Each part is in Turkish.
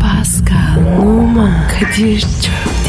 Pascal, Oman, Kadir çok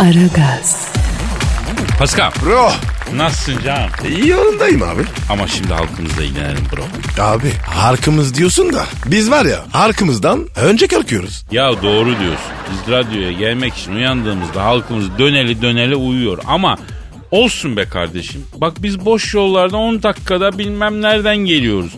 Aragaz, Pascal. Bro. Nasılsın canım? İyi yolundayım abi. Ama şimdi halkımızda inerim bro. Abi harkımız diyorsun da biz var ya harkımızdan önce kalkıyoruz. Ya doğru diyorsun. Biz radyoya gelmek için uyandığımızda halkımız döneli döneli uyuyor. Ama olsun be kardeşim. Bak biz boş yollarda 10 dakikada bilmem nereden geliyoruz.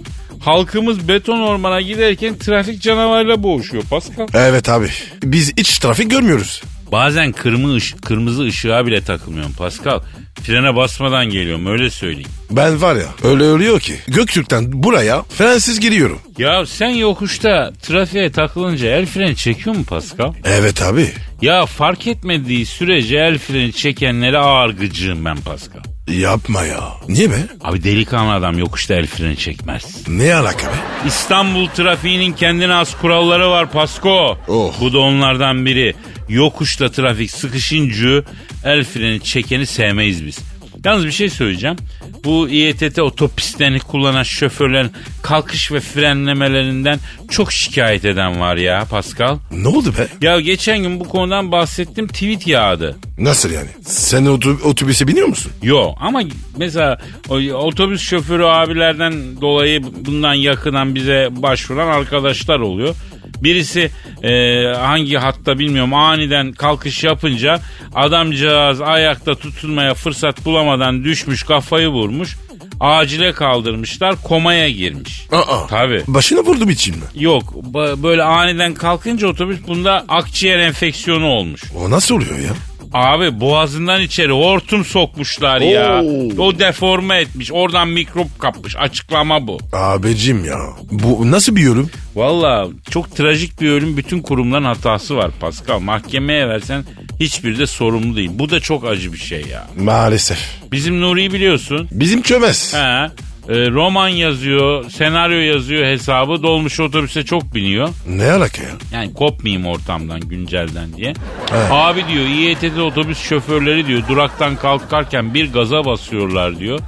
Halkımız beton ormana giderken trafik canavarıyla boğuşuyor Pascal. Evet abi biz iç trafik görmüyoruz. Bazen kırmızı, ışık, kırmızı ışığa bile takılmıyorum Pascal. Frene basmadan geliyorum öyle söyleyeyim. Ben var ya öyle ölüyor ki Göktürk'ten buraya frensiz giriyorum. Ya sen yokuşta trafiğe takılınca el freni çekiyor mu Pascal? Evet abi. Ya fark etmediği sürece el freni çekenlere ağır gıcığım ben Pascal. Yapma ya. Niye be? Abi delikanlı adam yokuşta el freni çekmez. Ne alaka be? İstanbul trafiğinin kendine az kuralları var Pasko. Oh. Bu da onlardan biri. Yokuşta trafik sıkışıncı el freni çekeni sevmeyiz biz. Yalnız bir şey söyleyeceğim. Bu İETT otopistlerini kullanan şoförlerin kalkış ve frenlemelerinden çok şikayet eden var ya Pascal. Ne oldu be? Ya geçen gün bu konudan bahsettim tweet yağdı. Nasıl yani? Sen otu- otobüse biniyor musun? Yo ama mesela o- otobüs şoförü abilerden dolayı bundan yakından bize başvuran arkadaşlar oluyor. Birisi e, hangi hatta bilmiyorum aniden kalkış yapınca adamcağız ayakta tutunmaya fırsat bulamadan düşmüş kafayı vurmuş. Acile kaldırmışlar komaya girmiş. Aa. Tabii. Başına vurdu için mi? Yok ba- böyle aniden kalkınca otobüs bunda akciğer enfeksiyonu olmuş. O nasıl oluyor ya? Abi boğazından içeri hortum sokmuşlar ya. O deforme etmiş. Oradan mikrop kapmış. Açıklama bu. Abicim ya. Bu nasıl bir yorum? Valla çok trajik bir ölüm bütün kurumların hatası var Pascal. Mahkemeye versen hiçbiri de sorumlu değil. Bu da çok acı bir şey ya. Maalesef. Bizim Nuri'yi biliyorsun. Bizim çömez. He. E, roman yazıyor, senaryo yazıyor hesabı. Dolmuş otobüse çok biniyor. Ne alaka ya? Yani kopmayayım ortamdan güncelden diye. Abi diyor İETT otobüs şoförleri diyor duraktan kalkarken bir gaza basıyorlar diyor.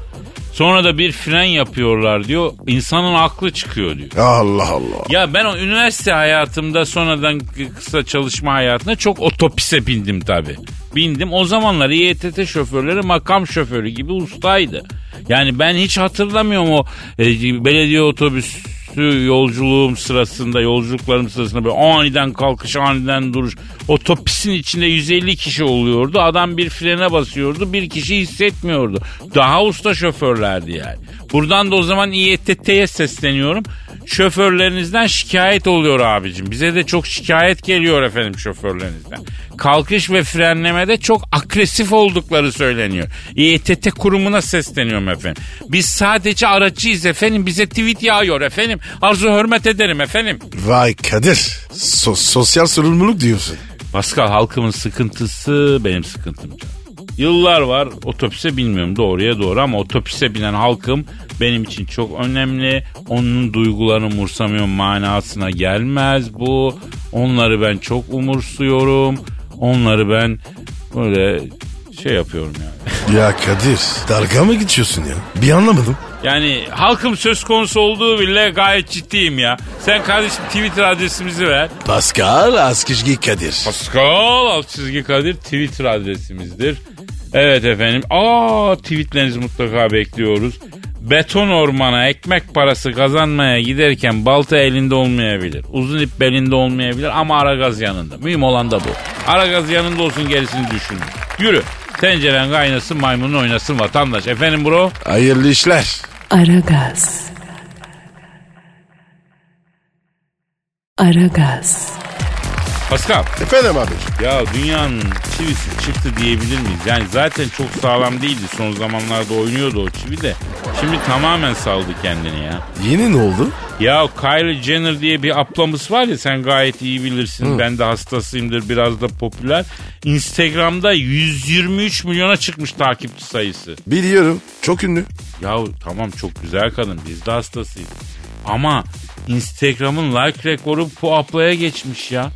Sonra da bir fren yapıyorlar diyor. İnsanın aklı çıkıyor diyor. Allah Allah. Ya ben o üniversite hayatımda sonradan kı- kısa çalışma hayatında çok otopise bindim tabi. Bindim. O zamanlar İETT şoförleri makam şoförü gibi ustaydı. Yani ben hiç hatırlamıyorum o e, belediye otobüsü yolculuğum sırasında, yolculuklarım sırasında böyle aniden kalkış, aniden duruş. Otopisin içinde 150 kişi oluyordu. Adam bir frene basıyordu, bir kişi hissetmiyordu. Daha usta şoförlerdi yani. Buradan da o zaman İETT'ye sesleniyorum. Şoförlerinizden şikayet oluyor abicim. Bize de çok şikayet geliyor efendim şoförlerinizden. Kalkış ve frenlemede çok agresif oldukları söyleniyor. İETT kurumuna sesleniyorum efendim. Biz sadece aracıyız efendim. Bize tweet yağıyor efendim. Arzu hürmet ederim efendim. Vay Kadir. So- sosyal sorumluluk diyorsun. Pascal halkımın sıkıntısı benim sıkıntım. Yıllar var otobüse bilmiyorum doğruya doğru ama otobüse binen halkım benim için çok önemli. Onun duygularını umursamıyorum manasına gelmez bu. Onları ben çok umursuyorum. Onları ben böyle şey yapıyorum yani. Ya Kadir. Dalga mı geçiyorsun ya? Bir anlamadım. Yani halkım söz konusu olduğu bile gayet ciddiyim ya. Sen kardeşim Twitter adresimizi ver. Pascal Askizgi Kadir. Pascal alt çizgi Kadir Twitter adresimizdir. Evet efendim. Aa tweetlerinizi mutlaka bekliyoruz. Beton ormana ekmek parası kazanmaya giderken balta elinde olmayabilir. Uzun ip belinde olmayabilir ama ara gaz yanında. Mühim olan da bu. Ara gaz yanında olsun gerisini düşünün. Yürü. Tenceren kaynasın maymunun oynasın vatandaş. Efendim bro? Hayırlı işler. Aragaz. Aragaz, Pascal. Efendim abi. Ya dünyanın çivisi çıktı diyebilir miyiz? Yani zaten çok sağlam değildi. Son zamanlarda oynuyordu o çivi de. Şimdi tamamen saldı kendini ya. Yeni ne oldu? Ya Kylie Jenner diye bir ablamız var ya sen gayet iyi bilirsin. Ben de hastasıyımdır biraz da popüler. Instagram'da 123 milyona çıkmış takipçi sayısı. Biliyorum. Çok ünlü. Ya tamam çok güzel kadın biz de hastasıyız. Ama Instagram'ın like rekoru bu ablaya geçmiş ya.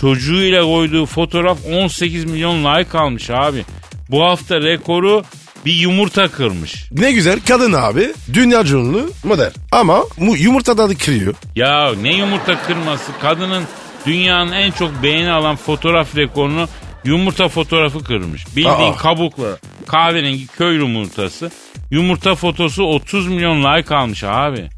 Çocuğuyla koyduğu fotoğraf 18 milyon like almış abi. Bu hafta rekoru bir yumurta kırmış. Ne güzel kadın abi. Dünya cumhurlu model. Ama mu yumurtadan da kırıyor. Ya ne yumurta kırması kadının dünyanın en çok beğeni alan fotoğraf rekorunu yumurta fotoğrafı kırmış. Bildiğin Aa. kabukla kahverengi köy yumurtası. Yumurta fotosu 30 milyon like almış abi.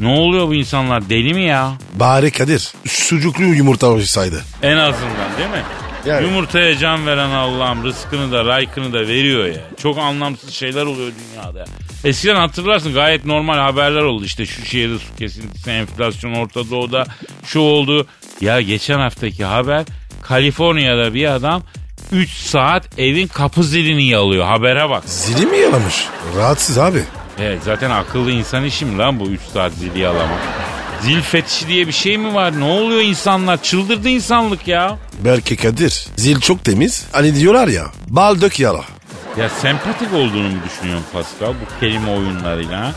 Ne oluyor bu insanlar deli mi ya? Bari Kadir sucuklu yumurta olsaydı. En azından değil mi? Yani. Yumurtaya can veren Allah'ım rızkını da raykını da veriyor ya. Çok anlamsız şeyler oluyor dünyada. Eskiden hatırlarsın gayet normal haberler oldu işte şu şehirde su kesintisi, enflasyon Orta Doğu'da şu oldu. Ya geçen haftaki haber Kaliforniya'da bir adam 3 saat evin kapı zilini yalıyor habere bak. Zili mi yalamış? Rahatsız abi. Evet zaten akıllı insan işi mi lan bu 3 saat zili yalamak? Zil fetişi diye bir şey mi var? Ne oluyor insanlar? Çıldırdı insanlık ya. Belki Kadir zil çok temiz. Hani diyorlar ya bal dök yala. Ya sempatik olduğunu mu düşünüyorsun Pascal bu kelime oyunlarıyla? ha?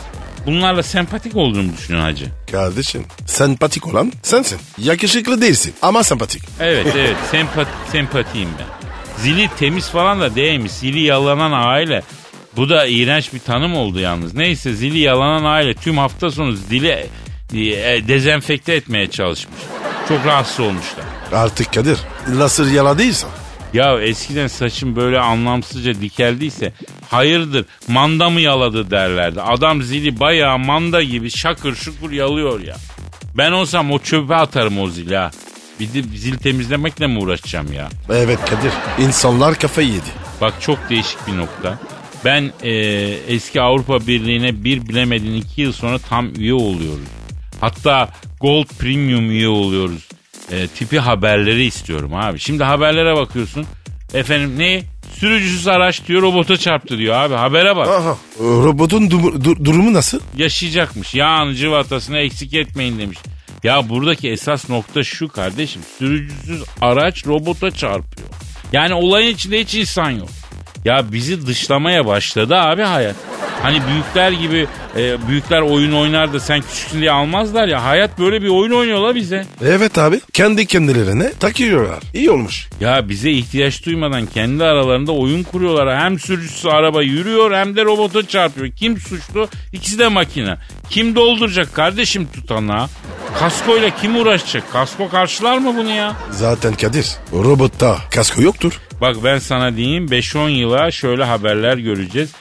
Bunlarla sempatik olduğunu mu düşünüyorsun hacı? Kardeşim sempatik olan sensin. Yakışıklı değilsin ama sempatik. Evet evet sempati, sempatiyim ben. Zili temiz falan da değilmiş. Zili yalanan aile. Bu da iğrenç bir tanım oldu yalnız. Neyse zili yalanan aile tüm hafta sonu zili e, e, dezenfekte etmeye çalışmış. Çok rahatsız olmuşlar. Artık Kadir lasır yala değilse. Ya eskiden saçım böyle anlamsızca dikeldiyse hayırdır manda mı yaladı derlerdi. Adam zili bayağı manda gibi şakır şukur yalıyor ya. Ben olsam o çöpe atarım o zili ha. Bir de zil temizlemekle mi uğraşacağım ya? Evet Kadir insanlar kafayı yedi. Bak çok değişik bir nokta. Ben e, eski Avrupa Birliği'ne bir bilemedin iki yıl sonra tam üye oluyoruz. Hatta Gold Premium üye oluyoruz. E, tipi haberleri istiyorum abi. Şimdi haberlere bakıyorsun. Efendim ne? Sürücüsüz araç diyor robota çarptı diyor abi. Habere bak. Aha. Robotun du- du- durumu nasıl? Yaşayacakmış. Yağını cıvatasını eksik etmeyin demiş. Ya buradaki esas nokta şu kardeşim. Sürücüsüz araç robota çarpıyor. Yani olayın içinde hiç insan yok. Ya bizi dışlamaya başladı abi hayat. Hani büyükler gibi e, büyükler oyun oynar da sen küçüksün diye almazlar ya. Hayat böyle bir oyun oynuyor la bize. Evet abi kendi kendilerine takıyorlar. İyi olmuş. Ya bize ihtiyaç duymadan kendi aralarında oyun kuruyorlar. Hem sürücüsü araba yürüyor hem de robota çarpıyor. Kim suçlu? İkisi de makine. Kim dolduracak kardeşim tutanağı? Kaskoyla kim uğraşacak? Kasko karşılar mı bunu ya? Zaten Kadir robotta kasko yoktur. Bak ben sana diyeyim 5-10 yıla şöyle haberler göreceğiz.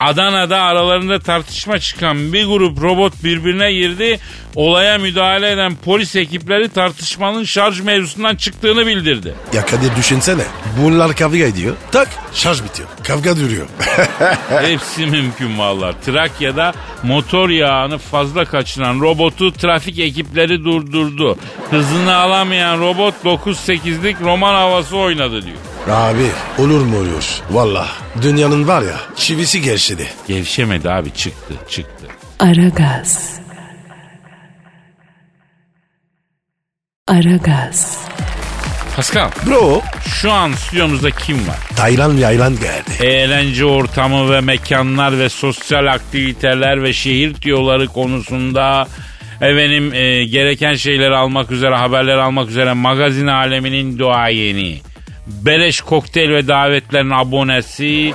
Adana'da aralarında tartışma çıkan bir grup robot birbirine girdi. Olaya müdahale eden polis ekipleri tartışmanın şarj mevzusundan çıktığını bildirdi. Ya Kadir düşünsene. Bunlar kavga ediyor. Tak şarj bitiyor. Kavga duruyor. Hepsi mümkün valla. Trakya'da motor yağını fazla kaçıran robotu trafik ekipleri durdurdu. Hızını alamayan robot 9-8'lik roman havası oynadı diyor. abi olur mu oluyor? Valla dünyanın var ya çivisi gevşedi. Gevşemedi abi çıktı çıktı. Aragaz. Aragaz. Pascal Bro şu an stüdyomuzda kim var? Taylan ve Aylan geldi. Eğlence ortamı ve mekanlar ve sosyal aktiviteler ve şehir tiyoları konusunda efendim e, gereken şeyleri almak üzere haberler almak üzere magazin aleminin duayeni. Beleş kokteyl ve davetlerin abonesi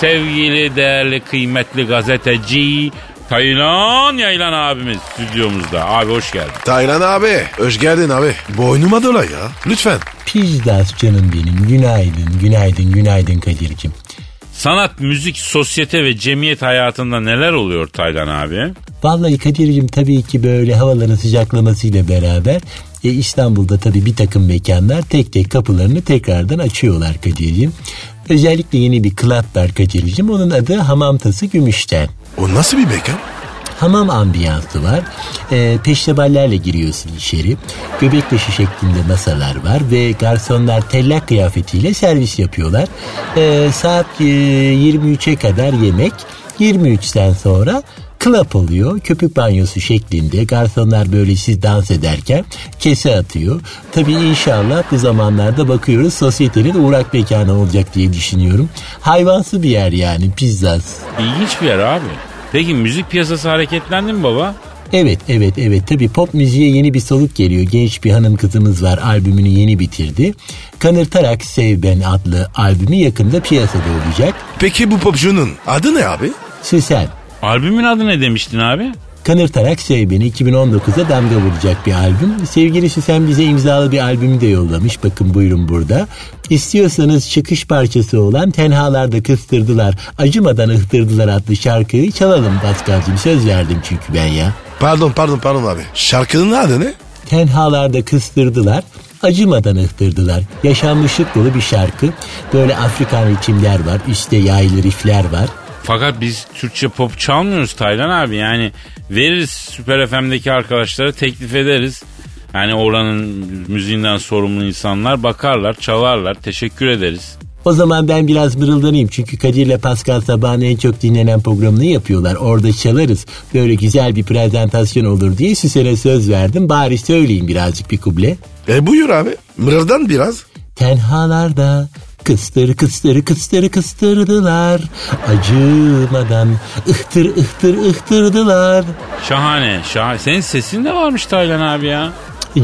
sevgili değerli kıymetli gazeteci Taylan Yaylan abimiz stüdyomuzda. Abi hoş geldin. Taylan abi. Hoş geldin abi. Boynuma dola ya. Lütfen. Pizdas canım benim. Günaydın, günaydın, günaydın Kadir'cim. Sanat, müzik, sosyete ve cemiyet hayatında neler oluyor Taylan abi? Vallahi Kadir'cim tabii ki böyle havaların sıcaklamasıyla beraber e, İstanbul'da tabii bir takım mekanlar tek tek kapılarını tekrardan açıyorlar Kadir'cim. Özellikle yeni bir club var Kadir'cim. Onun adı Hamamtası Gümüşten. O nasıl bir mekan? hamam ambiyansı var. E, peştemallerle giriyorsun içeri. Göbek taşı şeklinde masalar var ve garsonlar tellak kıyafetiyle servis yapıyorlar. E, saat e, 23'e kadar yemek. 23'ten sonra Klap oluyor. Köpük banyosu şeklinde. Garsonlar böyle siz dans ederken kese atıyor. Tabii inşallah bu zamanlarda bakıyoruz sosyetenin uğrak mekanı olacak diye düşünüyorum. Hayvansı bir yer yani pizzas. İlginç bir yer abi. Peki müzik piyasası hareketlendi mi baba? Evet evet evet tabii pop müziğe yeni bir soluk geliyor. Genç bir hanım kızımız var albümünü yeni bitirdi. Kanırtarak Sev Ben adlı albümü yakında piyasada olacak. Peki bu popcunun adı ne abi? Süsen Albümün adı ne demiştin abi? Kanırtarak Sev Beni 2019'a damga vuracak bir albüm. Sevgili Süsen bize imzalı bir albümü de yollamış. Bakın buyurun burada. İstiyorsanız çıkış parçası olan Tenhalarda Kıstırdılar, Acımadan Ihtırdılar adlı şarkıyı çalalım Paskal'cığım. Söz verdim çünkü ben ya. Pardon pardon pardon abi. Şarkının adı ne? Tenhalarda kıstırdılar, acımadan ıhtırdılar. Yaşanmışlık dolu bir şarkı. Böyle Afrikan ritimler var, üstte yaylı rifler var. Fakat biz Türkçe pop çalmıyoruz Taylan abi. Yani veririz Süper FM'deki arkadaşlara teklif ederiz. Yani oranın müziğinden sorumlu insanlar bakarlar, çalarlar. Teşekkür ederiz. O zaman ben biraz mırıldanayım çünkü Kadir ile Pascal sabahın en çok dinlenen programını yapıyorlar. Orada çalarız. Böyle güzel bir prezentasyon olur diye Süsen'e söz verdim. Bari söyleyeyim birazcık bir kuble. E buyur abi. Mırıldan biraz. Tenhalarda kıstır kıstır kıstır kıstırdılar. Acımadan ıhtır ıhtır ıhtırdılar. Şahane, şahane. Senin sesin de varmış Taylan abi ya.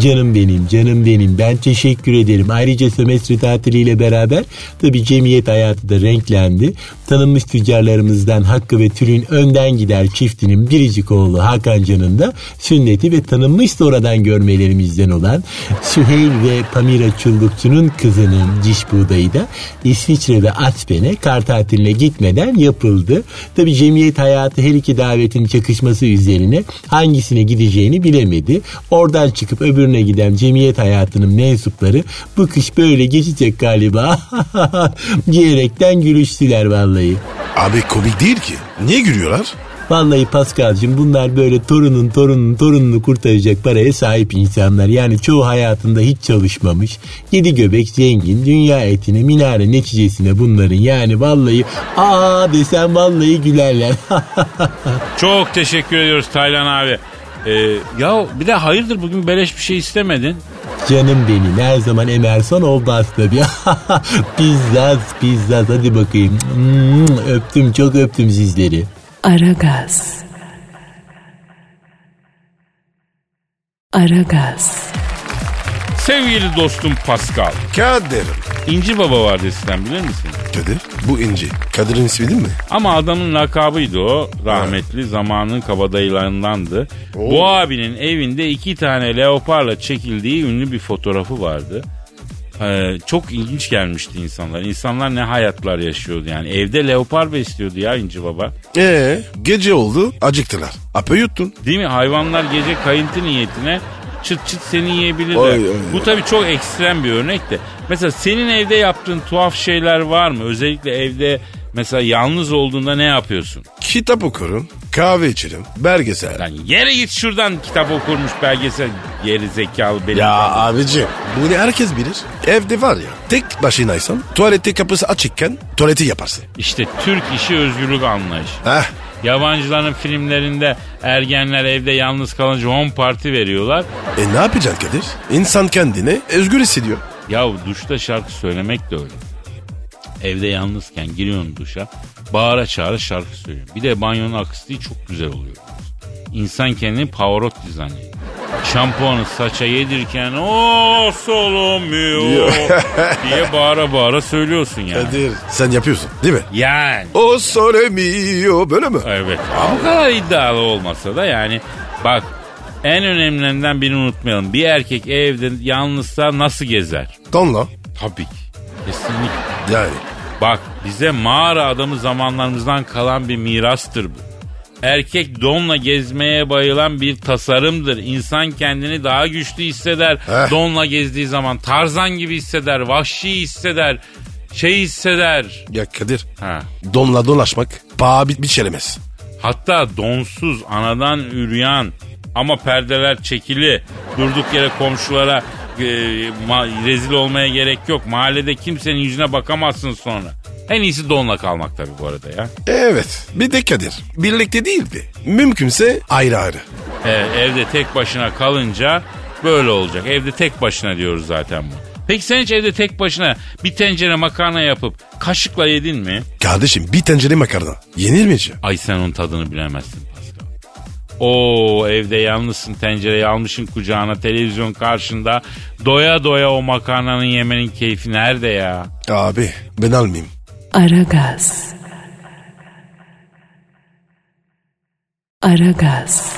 Canım benim, canım benim. Ben teşekkür ederim. Ayrıca sömestr tatiliyle beraber tabii cemiyet hayatı da renklendi. Tanınmış tüccarlarımızdan Hakkı ve Tülün önden gider çiftinin biricik oğlu Hakan Can'ın da sünneti ve tanınmış sonradan görmelerimizden olan Süheyl ve Pamira Çullukçu'nun kızının diş buğdayı da İsviçre ve Aspen'e kar tatiline gitmeden yapıldı. Tabii cemiyet hayatı her iki davetin çakışması üzerine hangisine gideceğini bilemedi. Oradan çıkıp öbürüne giden cemiyet hayatının mensupları bu kış böyle geçecek galiba diyerekten gülüştüler vallahi. Abi komik değil ki. Niye gülüyorlar? Vallahi Paskal'cığım bunlar böyle torunun torunun torununu kurtaracak paraya sahip insanlar. Yani çoğu hayatında hiç çalışmamış. Yedi göbek zengin, dünya etine, minare neticesine bunların yani vallahi aa desem vallahi gülerler. Çok teşekkür ediyoruz Taylan abi. Ee, ya bir de hayırdır bugün beleş bir şey istemedin. Canım benim her zaman Emerson olmaz tabii. pizzaz pizzaz hadi bakayım. Hmm, öptüm çok öptüm sizleri. Aragaz. Aragaz. Sevgili dostum Pascal. Kadir. İnci Baba var desinden bilir misin? Kadir. Bu inci. Kadir'in ismi değil mi? Ama adamın lakabıydı o. Rahmetli zamanın kabadayılarındandı. Bu abinin evinde iki tane leoparla çekildiği ünlü bir fotoğrafı vardı. Ee, çok ilginç gelmişti insanlar. İnsanlar ne hayatlar yaşıyordu yani. Evde leopar besliyordu ya İnci Baba. Ee, gece oldu acıktılar. Apo yuttun. Değil mi? Hayvanlar gece kayıntı niyetine çıt çıt seni yiyebilirler. Oy, oy, oy. Bu tabii çok ekstrem bir örnek de. Mesela senin evde yaptığın tuhaf şeyler var mı? Özellikle evde mesela yalnız olduğunda ne yapıyorsun? Kitap okurum. Kahve içerim. Belgesel. Lan yere git şuradan kitap okurmuş belgesel geri zekalı benim. Ya abici bunu herkes bilir. Evde var ya tek başınaysam tuvalette kapısı açıkken tuvaleti yaparsın. İşte Türk işi özgürlük anlayışı. Heh. Yabancıların filmlerinde ergenler evde yalnız kalınca home parti veriyorlar. E ne yapacaksın Kadir? İnsan kendini özgür hissediyor. Ya duşta şarkı söylemek de öyle. Evde yalnızken giriyorsun duşa. Bağıra çağıra şarkı söylüyorsun. Bir de banyonun akustiği çok güzel oluyor. İnsan kendini Pavarotti zannediyor. Şampuanı saça yedirirken o solumuyor diye bağıra bağıra söylüyorsun yani. Kadir sen yapıyorsun değil mi? Yani. O soremiyor böyle mi? Evet. O kadar iddialı olmasa da yani bak en önemlilerinden birini unutmayalım. Bir erkek evde yalnızsa nasıl gezer? Tonla. Tabii ki. Kesinlikle. Yani. Bak bize mağara adamı zamanlarımızdan kalan bir mirastır bu. Erkek donla gezmeye bayılan bir tasarımdır. İnsan kendini daha güçlü hisseder. Heh. Donla gezdiği zaman tarzan gibi hisseder, vahşi hisseder, şey hisseder. Ya Kadir Ha. donla dolaşmak paha bir, biçilemez. Hatta donsuz, anadan üryan ama perdeler çekili. Durduk yere komşulara e, ma- rezil olmaya gerek yok. Mahallede kimsenin yüzüne bakamazsın sonra. En iyisi donla kalmak tabii bu arada ya. Evet. Bir de Kadir. Birlikte değildi. Mümkünse ayrı ayrı. E, evde tek başına kalınca böyle olacak. Evde tek başına diyoruz zaten bu. Peki sen hiç evde tek başına bir tencere makarna yapıp kaşıkla yedin mi? Kardeşim bir tencere makarna. Yenir mi hiç? Ay sen onun tadını bilemezsin Pascal. Oo evde yalnızsın tencereyi almışın kucağına televizyon karşında doya doya o makarnanın yemenin keyfi nerede ya? Abi ben almayayım. Aragaz. Aragaz.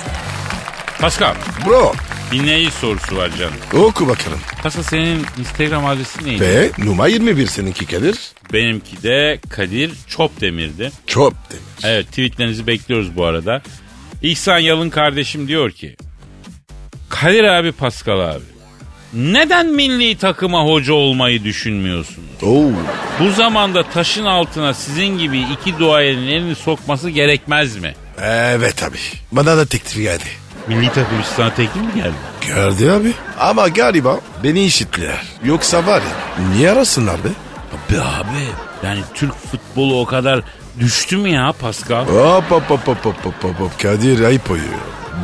Pascal Bro dinleyici sorusu var canım. oku bakalım. Pascal senin Instagram adresin neydi? Ve numara 21 seninki Kadir. Benimki de Kadir Çopdemir'di. Çok demir. Evet tweetlerinizi bekliyoruz bu arada. İhsan Yalın kardeşim diyor ki Kadir abi Pascal abi neden milli takıma hoca olmayı düşünmüyorsun? Oo. Bu zamanda taşın altına sizin gibi iki duayenin elini sokması gerekmez mi? Evet abi. Bana da teklif geldi. Milli takım için sana teklif mi geldi? Gördü abi. Ama galiba beni işittiler. Yoksa var ya niye arasınlar be? Abi abi yani Türk futbolu o kadar düştü mü ya Pascal? Hop hop hop hop hop hop hop hop. Kadir ayıp oluyor.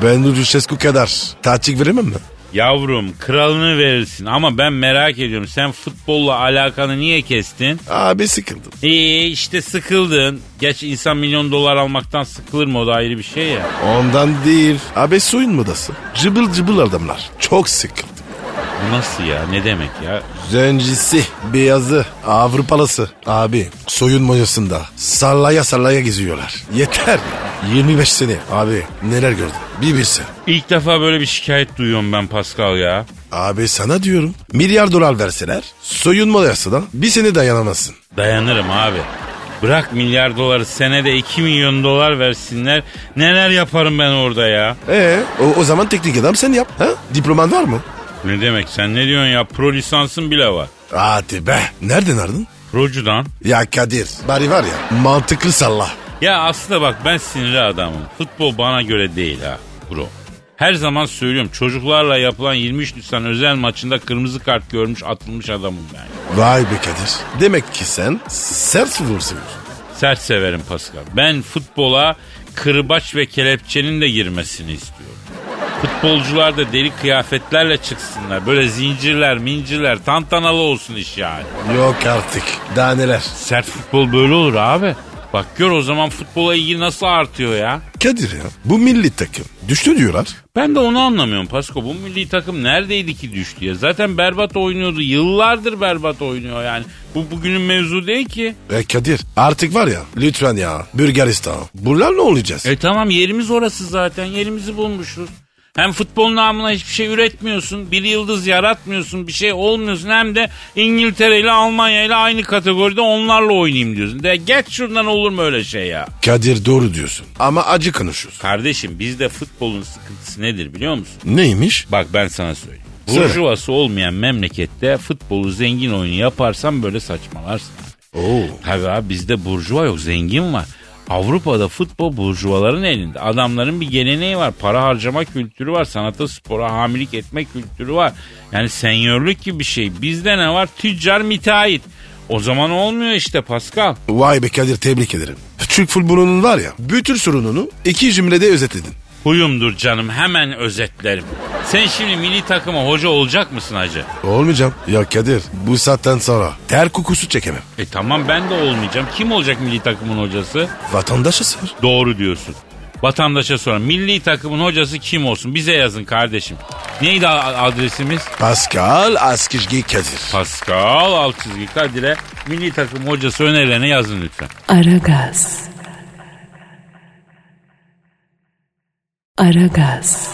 Ben Lucescu kadar taçık veremem mi? Yavrum kralını verirsin ama ben merak ediyorum sen futbolla alakanı niye kestin? Abi sıkıldım. İyi işte sıkıldın. Geç insan milyon dolar almaktan sıkılır mı o da ayrı bir şey ya. Ondan değil. Abi suyun modası. Cıbıl cıbıl adamlar. Çok sıkıldım. Bu nasıl ya ne demek ya? Zencisi, beyazı, Avrupalısı. Abi soyun mayasında sallaya sallaya geziyorlar. Yeter. 25 sene abi neler gördüm bir bilsen. İlk defa böyle bir şikayet duyuyorum ben Pascal ya. Abi sana diyorum milyar dolar verseler soyunma odasına bir sene dayanamazsın. Dayanırım abi. Bırak milyar doları senede 2 milyon dolar versinler. Neler yaparım ben orada ya? Ee, o, o zaman teknik adam sen yap. Ha? Diploman var mı? Ne demek sen ne diyorsun ya? Pro lisansın bile var. Hadi be. Nereden aradın? Procudan. Ya Kadir bari var ya mantıklı salla. Ya aslında bak ben sinirli adamım. Futbol bana göre değil ha bro. Her zaman söylüyorum çocuklarla yapılan 23 Nisan özel maçında kırmızı kart görmüş atılmış adamım ben. Vay be Kadir. Demek ki sen sert vurursun. Sert severim Pascal. Ben futbola kırbaç ve kelepçenin de girmesini istiyorum. Futbolcular da deli kıyafetlerle çıksınlar. Böyle zincirler, mincirler, tantanalı olsun iş yani. Yok artık. Daha neler. Sert futbol böyle olur abi. Bak gör o zaman futbola ilgi nasıl artıyor ya. Kadir ya bu milli takım düştü diyorlar. Ben de onu anlamıyorum Pasko. Bu milli takım neredeydi ki düştü ya? Zaten berbat oynuyordu. Yıllardır berbat oynuyor yani. Bu bugünün mevzu değil ki. E Kadir artık var ya lütfen ya Bulgaristan. Bunlar ne olacağız? E tamam yerimiz orası zaten. Yerimizi bulmuşuz. Hem futbol namına hiçbir şey üretmiyorsun. Bir yıldız yaratmıyorsun. Bir şey olmuyorsun. Hem de İngiltere ile Almanya ile aynı kategoride onlarla oynayayım diyorsun. De geç şuradan olur mu öyle şey ya? Kadir doğru diyorsun ama acı konuşuyorsun. Kardeşim bizde futbolun sıkıntısı nedir biliyor musun? Neymiş? Bak ben sana söyleyeyim. Söyle. Burjuvası olmayan memlekette futbolu zengin oyunu yaparsan böyle saçmalarsın. Oo. Tabii abi bizde burjuva yok zengin var. Avrupa'da futbol burjuvaların elinde. Adamların bir geleneği var. Para harcama kültürü var. Sanata spora hamilik etme kültürü var. Yani senyörlük gibi bir şey. Bizde ne var? Tüccar müteahhit. O zaman olmuyor işte Pascal. Vay be Kadir tebrik ederim. Türk futbolunun var ya bütün sorununu iki cümlede özetledin. Huyumdur canım hemen özetlerim. Sen şimdi milli takıma hoca olacak mısın hacı? Olmayacağım. Ya Kadir bu saatten sonra ter kokusu çekemem. E tamam ben de olmayacağım. Kim olacak milli takımın hocası? Vatandaşı sor. Doğru diyorsun. Vatandaşa sorun. Milli takımın hocası kim olsun? Bize yazın kardeşim. Neydi a- adresimiz? Pascal Askizgi Kadir. Pascal alt çizgi Kadir'e milli takım hocası önerilerine yazın lütfen. Aragaz. Aragaz.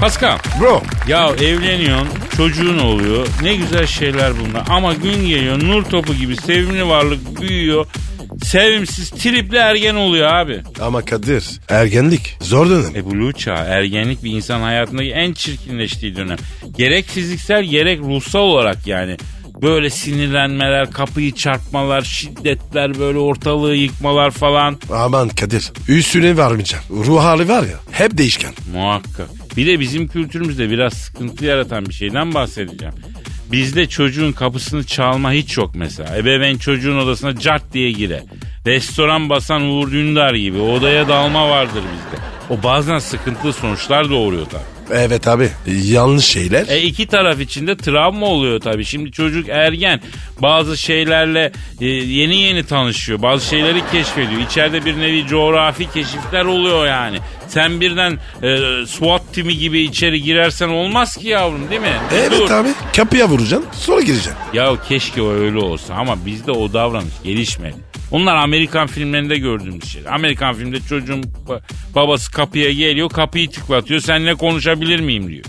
Pascal Bro ya evleniyorsun çocuğun oluyor ne güzel şeyler bunlar ama gün geliyor nur topu gibi sevimli varlık büyüyor sevimsiz tripli ergen oluyor abi. ama Kadir ergenlik zor dönem. E Blue çağı, ergenlik bir insan hayatındaki en çirkinleştiği dönem. Gerek fiziksel gerek ruhsal olarak yani. Böyle sinirlenmeler, kapıyı çarpmalar, şiddetler, böyle ortalığı yıkmalar falan. Aman Kadir. Üstüne vermeyeceğim. Ruh hali var ya hep değişken. Muhakkak. Bir de bizim kültürümüzde biraz sıkıntı yaratan bir şeyden bahsedeceğim. Bizde çocuğun kapısını çalma hiç yok mesela. Ebeveyn çocuğun odasına cart diye gire. Restoran basan Uğur Dündar gibi odaya dalma vardır bizde. O bazen sıkıntılı sonuçlar doğuruyor tabii. Evet abi yanlış şeyler. E iki taraf içinde travma oluyor tabii. Şimdi çocuk ergen bazı şeylerle e, yeni yeni tanışıyor. Bazı şeyleri keşfediyor. İçeride bir nevi coğrafi keşifler oluyor yani. Sen birden e, SWAT timi gibi içeri girersen olmaz ki yavrum değil mi? evet Dur. abi kapıya vuracaksın sonra gireceksin. Ya keşke o öyle olsa ama bizde o davranış gelişmedi. Onlar Amerikan filmlerinde gördüğümüz şey. Amerikan filmde çocuğun ba- babası kapıya geliyor kapıyı tıklatıyor. Seninle konuşabilir miyim diyor.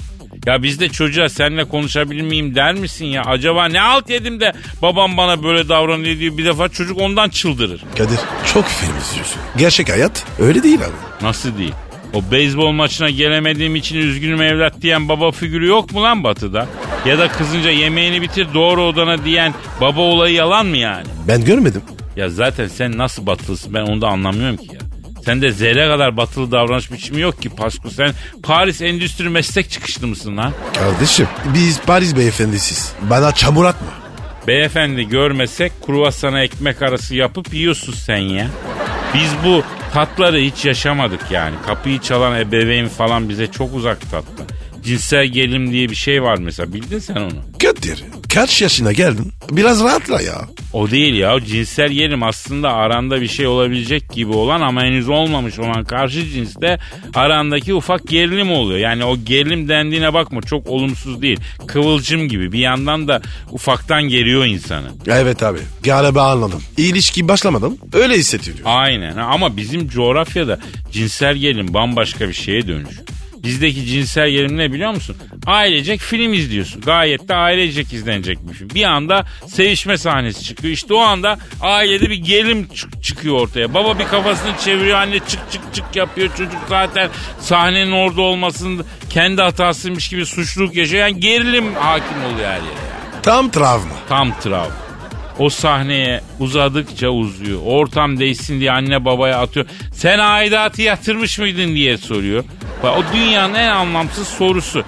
Ya bizde çocuğa seninle konuşabilir miyim der misin ya? Acaba ne alt yedim de babam bana böyle davranıyor diyor. Bir defa çocuk ondan çıldırır. Kadir çok film izliyorsun. Gerçek hayat öyle değil abi. Nasıl değil? O beyzbol maçına gelemediğim için üzgünüm evlat diyen baba figürü yok mu lan batıda? Ya da kızınca yemeğini bitir doğru odana diyen baba olayı yalan mı yani? Ben görmedim. Ya zaten sen nasıl batılısın ben onu da anlamıyorum ki ya. Sende zerre kadar batılı davranış biçimi yok ki Pasko. Sen Paris Endüstri Meslek çıkışlı mısın lan? Kardeşim biz Paris beyefendisiz. Bana çamur atma. Beyefendi görmesek kruvasana ekmek arası yapıp yiyorsun sen ya. Biz bu tatları hiç yaşamadık yani. Kapıyı çalan ebeveyn falan bize çok uzak tatlı. Cinsel gerilim diye bir şey var mesela bildin sen onu. Kadir kaç yaşına geldin? Biraz rahatla ya. O değil ya. O cinsel yerim aslında aranda bir şey olabilecek gibi olan ama henüz olmamış olan karşı cinste arandaki ufak gerilim oluyor. Yani o gerilim dendiğine bakma çok olumsuz değil. Kıvılcım gibi bir yandan da ufaktan geriyor insanı. Evet abi galiba anladım. İlişki başlamadım öyle hissediliyor. Aynen ha. ama bizim coğrafyada cinsel gerilim bambaşka bir şeye dönüşüyor. Bizdeki cinsel gerilim ne biliyor musun? Ailecek film izliyorsun. Gayet de ailecek izlenecek bir film. Bir anda sevişme sahnesi çıkıyor. İşte o anda ailede bir gerilim çık- çıkıyor ortaya. Baba bir kafasını çeviriyor. Anne çık çık çık yapıyor. Çocuk zaten sahnenin orada olmasını kendi hatasıymış gibi suçluluk yaşıyor. Yani gerilim hakim oluyor her yere. Tam travma. Tam travma. O sahneye uzadıkça uzuyor. Ortam değişsin diye anne babaya atıyor. Sen aidatı yatırmış mıydın diye soruyor. Bak, O dünyanın en anlamsız sorusu.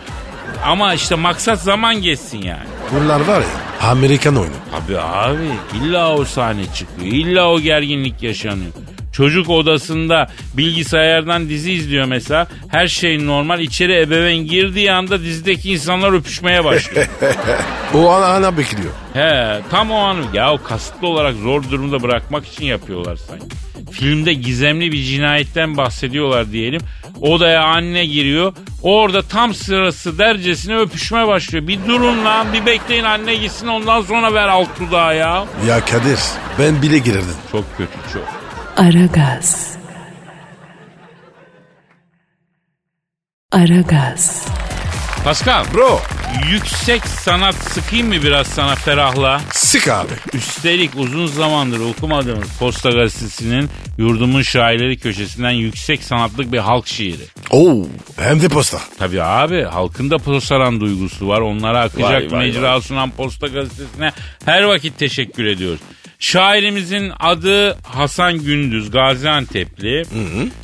Ama işte maksat zaman geçsin yani. Bunlar var ya Amerikan oyunu. Abi abi illa o sahne çıkıyor. İlla o gerginlik yaşanıyor. Çocuk odasında bilgisayardan dizi izliyor mesela. Her şey normal. İçeri ebeveyn girdiği anda dizideki insanlar öpüşmeye başlıyor. O ana ana bekliyor. He tam o anı ya kasıtlı olarak zor durumda bırakmak için yapıyorlar sanki. Filmde gizemli bir cinayetten bahsediyorlar diyelim. Odaya anne giriyor. Orada tam sırası dercesine öpüşme başlıyor. Bir durun lan bir bekleyin anne gitsin ondan sonra ver alt dudağı ya. Ya Kadir ben bile girerdim. Çok kötü çok. Aragaz. Aragaz. Pascal Bro yüksek sanat sıkayım mı biraz sana ferahla? sık abi. Üstelik uzun zamandır okumadığımız Posta Gazetesi'nin yurdumun şairleri köşesinden yüksek sanatlık bir halk şiiri. Oo hem de posta. Tabii abi halkın da posaran duygusu var. Onlara akacak mecra sunan Posta Gazetesi'ne her vakit teşekkür ediyoruz. Şairimizin adı Hasan Gündüz Gaziantep'li.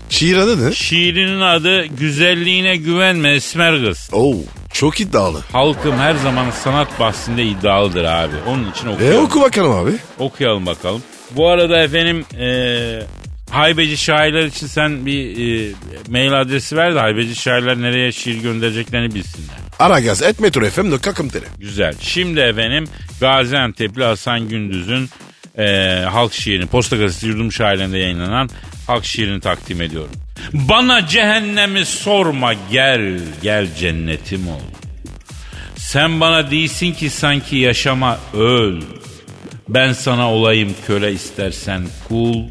Şiir adı ne? Şiirinin adı Güzelliğine Güvenme Esmer Kız. Oo çok iddialı. Halkım her zaman sanat bahsinde iddialıdır abi. Onun için E okuyalım, oku bakalım abi. okuyalım bakalım. Bu arada efendim eee, haybeci şairler için sen bir eee, mail adresi ver de haybeci şairler nereye şiir göndereceklerini bilsinler. Aragaz et metrofm.com.tr Güzel. Şimdi efendim Gaziantep'li Hasan Gündüz'ün e, halk şiirini Posta Gazetesi Yurdum Şairlerinde yayınlanan halk şiirini takdim ediyorum. Bana cehennemi sorma gel gel cennetim ol. Sen bana değilsin ki sanki yaşama öl. Ben sana olayım köle istersen kul.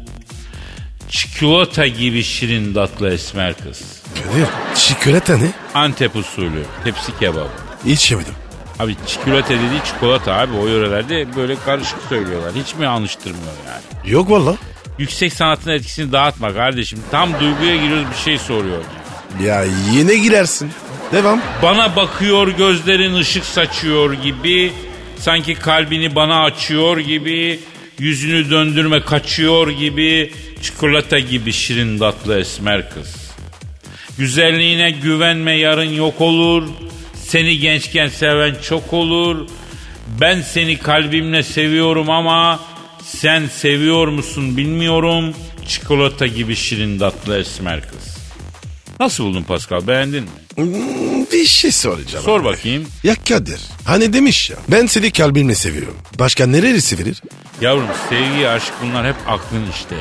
Çikolata gibi şirin tatlı esmer kız. Kadir çikolata ne? Antep usulü tepsi kebabı. Hiç yemedim. Abi çikolata dediği çikolata abi o yörelerde böyle karışık söylüyorlar. Hiç mi anlaştırmıyor yani? Yok valla. Yüksek sanatın etkisini dağıtma kardeşim. Tam duyguya giriyoruz bir şey soruyor. Ya yine girersin. Devam. Bana bakıyor gözlerin ışık saçıyor gibi Sanki kalbini bana açıyor gibi, yüzünü döndürme kaçıyor gibi, çikolata gibi şirin tatlı esmer kız. Güzelliğine güvenme yarın yok olur. Seni gençken seven çok olur. Ben seni kalbimle seviyorum ama sen seviyor musun bilmiyorum. Çikolata gibi şirin tatlı esmer kız. Nasıl buldun Pascal beğendin mi? Hmm, Bir şey soracağım. Sor abi. bakayım. Ya Kadir hani demiş ya ben seni kalbimle seviyorum. Başka neresi verir? Yavrum sevgi, aşk bunlar hep aklın işte.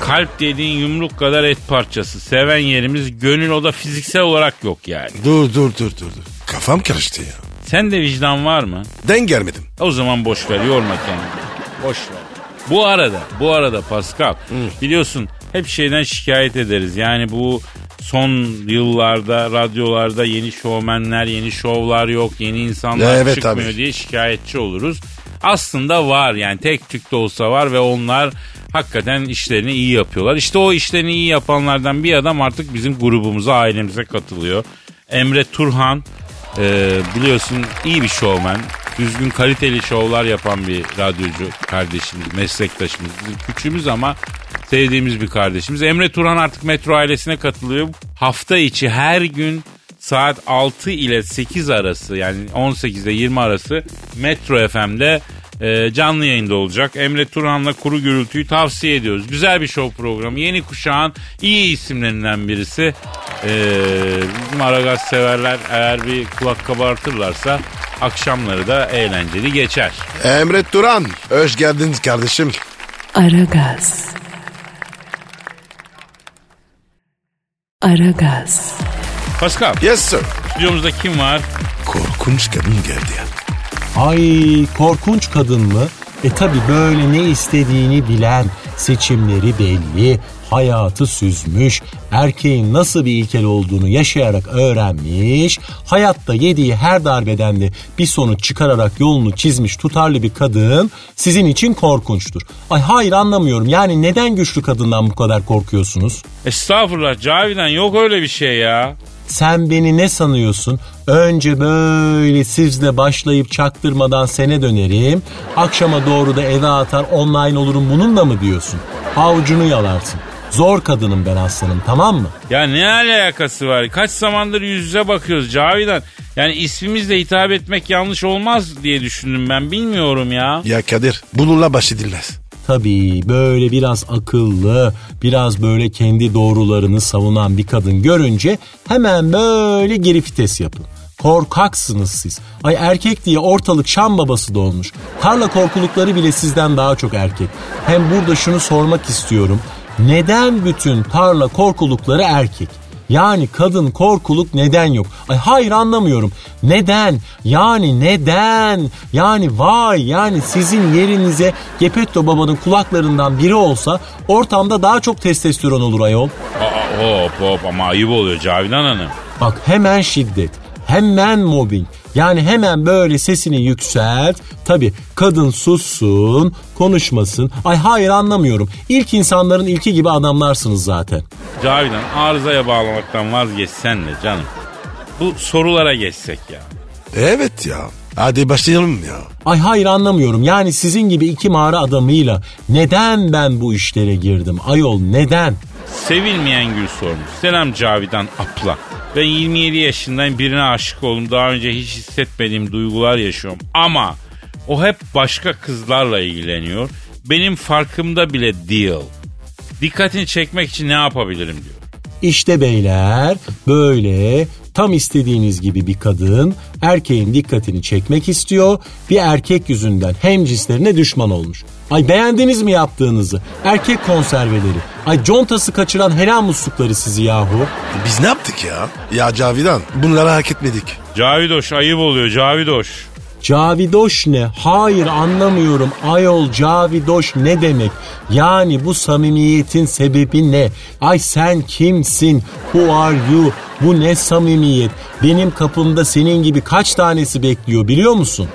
Kalp dediğin yumruk kadar et parçası. Seven yerimiz gönül o da fiziksel olarak yok yani. Dur dur dur dur. dur. Kafam karıştı ya. Sen de vicdan var mı? E, Den gelmedim. O zaman boş ver yorma kendini. Boş ver. Bu arada, bu arada Pascal biliyorsun hep şeyden şikayet ederiz. Yani bu son yıllarda radyolarda yeni şovmenler, yeni şovlar yok, yeni insanlar Ya evet çıkmıyor abi. diye şikayetçi oluruz. Aslında var yani tek tük de olsa var ve onlar hakikaten işlerini iyi yapıyorlar. İşte o işlerini iyi yapanlardan bir adam artık bizim grubumuza, ailemize katılıyor. Emre Turhan e, biliyorsun iyi bir şovmen. Düzgün kaliteli şovlar yapan bir radyocu kardeşimiz, meslektaşımız. Bizim küçüğümüz ama sevdiğimiz bir kardeşimiz. Emre Turhan artık Metro ailesine katılıyor. Hafta içi her gün saat 6 ile 8 arası yani 18 ile 20 arası Metro FM'de e, canlı yayında olacak. Emre Turhan'la Kuru Gürültü'yü tavsiye ediyoruz. Güzel bir show programı. Yeni kuşağın iyi isimlerinden birisi. E, bizim Aragaz severler eğer bir kulak kabartırlarsa akşamları da eğlenceli geçer. Emret Duran. Hoş geldiniz kardeşim. Aragaz. Aragaz. Pascal Yes sir. stüdyomuzda kim var? Korkunç kadın geldi ya. Ay korkunç kadın mı? E tabi böyle ne istediğini bilen, seçimleri belli, hayatı süzmüş, erkeğin nasıl bir ilkel olduğunu yaşayarak öğrenmiş, hayatta yediği her darbeden de bir sonuç çıkararak yolunu çizmiş tutarlı bir kadın sizin için korkunçtur. Ay hayır anlamıyorum yani neden güçlü kadından bu kadar korkuyorsunuz? Estağfurullah Cavidan yok öyle bir şey ya. Sen beni ne sanıyorsun? Önce böyle sizle başlayıp çaktırmadan sene dönerim. Akşama doğru da eve atar online olurum bununla mı diyorsun? Havucunu yalarsın. Zor kadınım ben aslanım tamam mı? Ya ne alakası var? Kaç zamandır yüz yüze bakıyoruz Cavidan. Yani ismimizle hitap etmek yanlış olmaz diye düşündüm ben. Bilmiyorum ya. Ya Kadir bununla baş edilmez. Tabii böyle biraz akıllı, biraz böyle kendi doğrularını savunan bir kadın görünce hemen böyle geri vites yapın. Korkaksınız siz. Ay erkek diye ortalık şam babası dolmuş. Tarla korkulukları bile sizden daha çok erkek. Hem burada şunu sormak istiyorum. Neden bütün tarla korkulukları erkek? Yani kadın korkuluk neden yok? Ay hayır anlamıyorum. Neden? Yani neden? Yani vay yani sizin yerinize Gepetto babanın kulaklarından biri olsa ortamda daha çok testosteron olur ayol. Aa, hop hop ama ayıp oluyor Cavidan Hanım. Bak hemen şiddet, hemen mobbing. Yani hemen böyle sesini yükselt. Tabi kadın sussun, konuşmasın. Ay hayır anlamıyorum. İlk insanların ilki gibi adamlarsınız zaten. Cavidan arızaya bağlamaktan vazgeçsen de canım. Bu sorulara geçsek ya. Evet ya. Hadi başlayalım ya. Ay hayır anlamıyorum. Yani sizin gibi iki mağara adamıyla neden ben bu işlere girdim? Ayol neden? Sevilmeyen Gül sormuş. Selam Cavidan Apla. Ben 27 yaşındayım birine aşık oldum. Daha önce hiç hissetmediğim duygular yaşıyorum. Ama o hep başka kızlarla ilgileniyor. Benim farkımda bile değil. Dikkatini çekmek için ne yapabilirim diyor. İşte beyler böyle tam istediğiniz gibi bir kadın erkeğin dikkatini çekmek istiyor. Bir erkek yüzünden hem cinslerine düşman olmuş. Ay beğendiniz mi yaptığınızı? Erkek konserveleri. Ay contası kaçıran helal muslukları sizi yahu. Biz ne yaptık ya? Ya Cavidan bunları hak etmedik. Cavidoş ayıp oluyor Cavidoş. Cavidoş ne? Hayır anlamıyorum. Ayol Cavidoş ne demek? Yani bu samimiyetin sebebi ne? Ay sen kimsin? Who are you? Bu ne samimiyet? Benim kapımda senin gibi kaç tanesi bekliyor biliyor musun?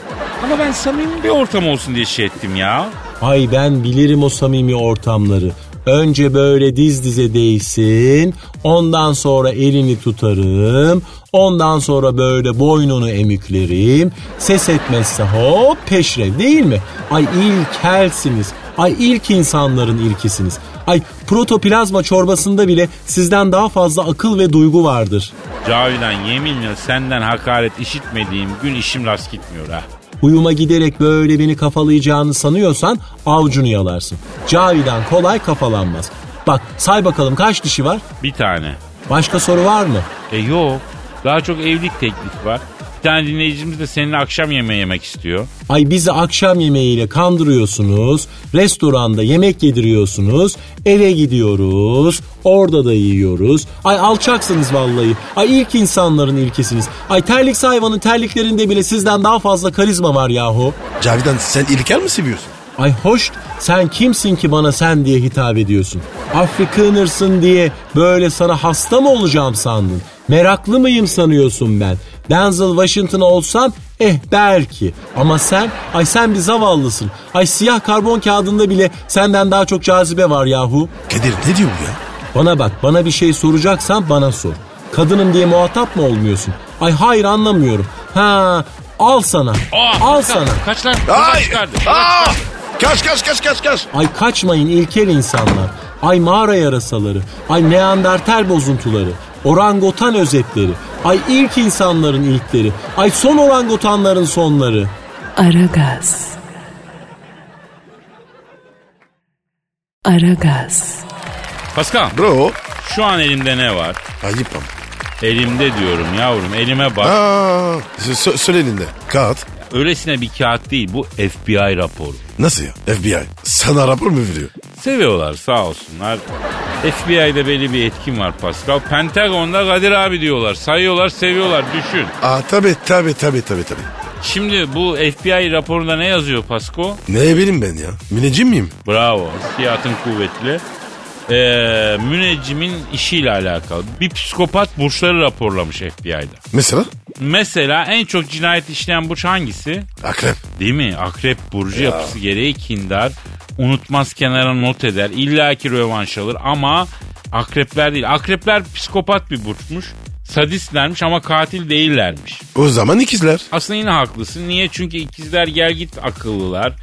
Ama ben samimi bir ortam olsun diye şey ettim ya. Ay ben bilirim o samimi ortamları. Önce böyle diz dize değsin. Ondan sonra elini tutarım. Ondan sonra böyle boynunu emiklerim. Ses etmezse hop peşrev değil mi? Ay ilkelsiniz. Ay ilk insanların ilkisiniz. Ay protoplazma çorbasında bile sizden daha fazla akıl ve duygu vardır. Cavidan yeminle senden hakaret işitmediğim gün işim rast gitmiyor ha. Uyuma giderek böyle beni kafalayacağını sanıyorsan avcunu yalarsın. Cavidan kolay kafalanmaz. Bak say bakalım kaç dişi var? Bir tane. Başka soru var mı? E yok. Daha çok evlilik teklifi var. Bir tane dinleyicimiz de seninle akşam yemeği yemek istiyor. Ay bizi akşam yemeğiyle kandırıyorsunuz. Restoranda yemek yediriyorsunuz. Eve gidiyoruz. Orada da yiyoruz. Ay alçaksınız vallahi. Ay ilk insanların ilkesiniz. Ay terlik hayvanın terliklerinde bile sizden daha fazla karizma var yahu. Cavidan sen ilkel mi seviyorsun? Ay hoş sen kimsin ki bana sen diye hitap ediyorsun? Affı kığınırsın diye böyle sana hasta mı olacağım sandın? Meraklı mıyım sanıyorsun ben? Denzel Washington olsam eh belki. Ama sen, ay sen bir zavallısın. Ay siyah karbon kağıdında bile senden daha çok cazibe var yahu. Kadir ne diyor bu ya? Bana bak bana bir şey soracaksan bana sor. Kadınım diye muhatap mı olmuyorsun? Ay hayır anlamıyorum. Ha al sana. Ah, al sana. Kaç lan? Ay! Kaç kardeş? Aa! Kaç kaç kaç kaç kaç. Ay kaçmayın ilkel insanlar. Ay mağara yarasaları. Ay neandertal bozuntuları. Orangutan özetleri. Ay ilk insanların ilkleri. Ay son orangutanların sonları. Aragaz. Aragaz. Pascal Bro. şu an elimde ne var? Ayıp ama. Elimde diyorum yavrum elime bak. Aa, sö- söyle elinde. Kağıt. Öylesine bir kağıt değil bu FBI raporu. Nasıl ya? FBI. Sana rapor mu veriyor? Seviyorlar sağ olsunlar. FBI'de belli bir etkin var Pascal. Pentagon'da Kadir abi diyorlar. Sayıyorlar seviyorlar düşün. Aa tabi tabi tabi tabi tabi. Şimdi bu FBI raporunda ne yazıyor Pasko? Ne bileyim ben ya? Müneccim miyim? Bravo. Hissiyatın kuvvetli. Ee, müneccimin işiyle alakalı. Bir psikopat burçları raporlamış FBI'da. Mesela? Mesela en çok cinayet işleyen burç hangisi? Akrep. Değil mi? Akrep burcu yapısı gereği kindar. Unutmaz kenara not eder. İlla ki rövanş alır ama akrepler değil. Akrepler psikopat bir burçmuş. Sadistlermiş ama katil değillermiş. O zaman ikizler. Aslında yine haklısın. Niye? Çünkü ikizler gel git akıllılar.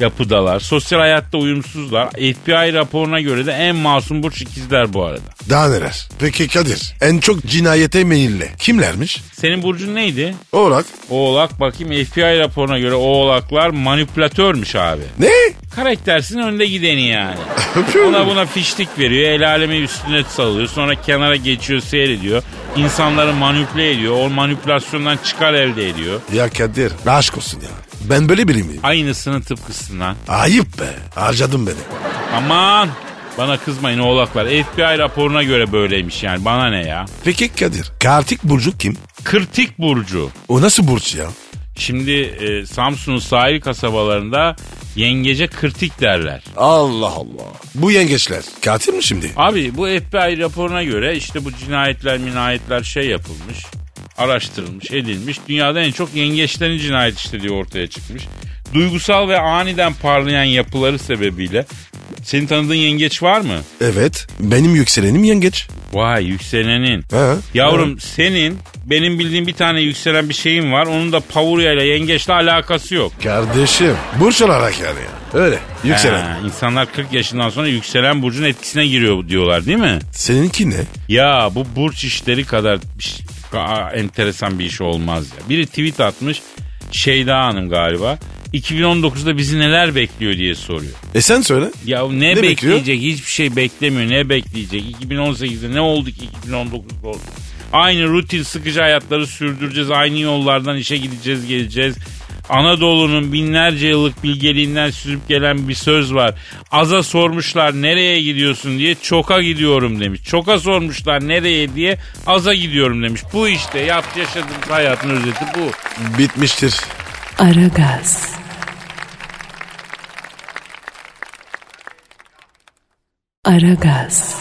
Yapıdalar. Sosyal hayatta uyumsuzlar. FBI raporuna göre de en masum burç ikizler bu arada. Daha neler? Peki Kadir en çok cinayete meyilli kimlermiş? Senin burcun neydi? Oğlak. Oğlak bakayım FBI raporuna göre oğlaklar manipülatörmüş abi. Ne? Karaktersin önde gideni yani. Öpüyorum. Ona buna fişlik veriyor. El alemi üstüne salıyor. Sonra kenara geçiyor seyrediyor. İnsanları manipüle ediyor. O manipülasyondan çıkar elde ediyor. Ya Kadir aşk olsun ya. Ben böyle biri miyim? Aynısının tıpkısından. Ayıp be. Harcadın beni. Aman bana kızmayın oğlaklar. FBI raporuna göre böyleymiş yani. Bana ne ya? Peki Kadir. Kartik Burcu kim? Kırtik Burcu. O nasıl burç ya? Şimdi e, Samsun'un sahil kasabalarında yengece kırtik derler. Allah Allah. Bu yengeçler katil mi şimdi? Abi bu FBI raporuna göre işte bu cinayetler minayetler şey yapılmış. Araştırılmış, edilmiş. Dünyada en çok yengeçlerin cinayet işlediği ortaya çıkmış. Duygusal ve aniden parlayan yapıları sebebiyle. Senin tanıdığın yengeç var mı? Evet. Benim yükselenim yengeç. Vay yükselenin. He. Yavrum senin benim bildiğim bir tane yükselen bir şeyin var. Onun da Pavurya ile yengeçle alakası yok. Kardeşim. Burç olarak yani ya. Öyle. Yükselen. Ha, insanlar 40 yaşından sonra yükselen burcun etkisine giriyor diyorlar değil mi? Seninki ne? Ya bu burç işleri kadar bir ş- ka- enteresan bir iş olmaz ya. Biri tweet atmış Şeyda Hanım galiba. 2019'da bizi neler bekliyor diye soruyor. E sen söyle. Ya ne, bekliyor? bekleyecek? Hiçbir şey beklemiyor. Ne bekleyecek? 2018'de ne oldu ki 2019'da oldu? Aynı rutin sıkıcı hayatları sürdüreceğiz. Aynı yollardan işe gideceğiz, geleceğiz. Anadolu'nun binlerce yıllık bilgeliğinden sürüp gelen bir söz var. Az'a sormuşlar nereye gidiyorsun diye çoka gidiyorum demiş. Çoka sormuşlar nereye diye Az'a gidiyorum demiş. Bu işte yap yaşadığımız hayatın özeti bu. Bitmiştir. Aragaz. Aragaz.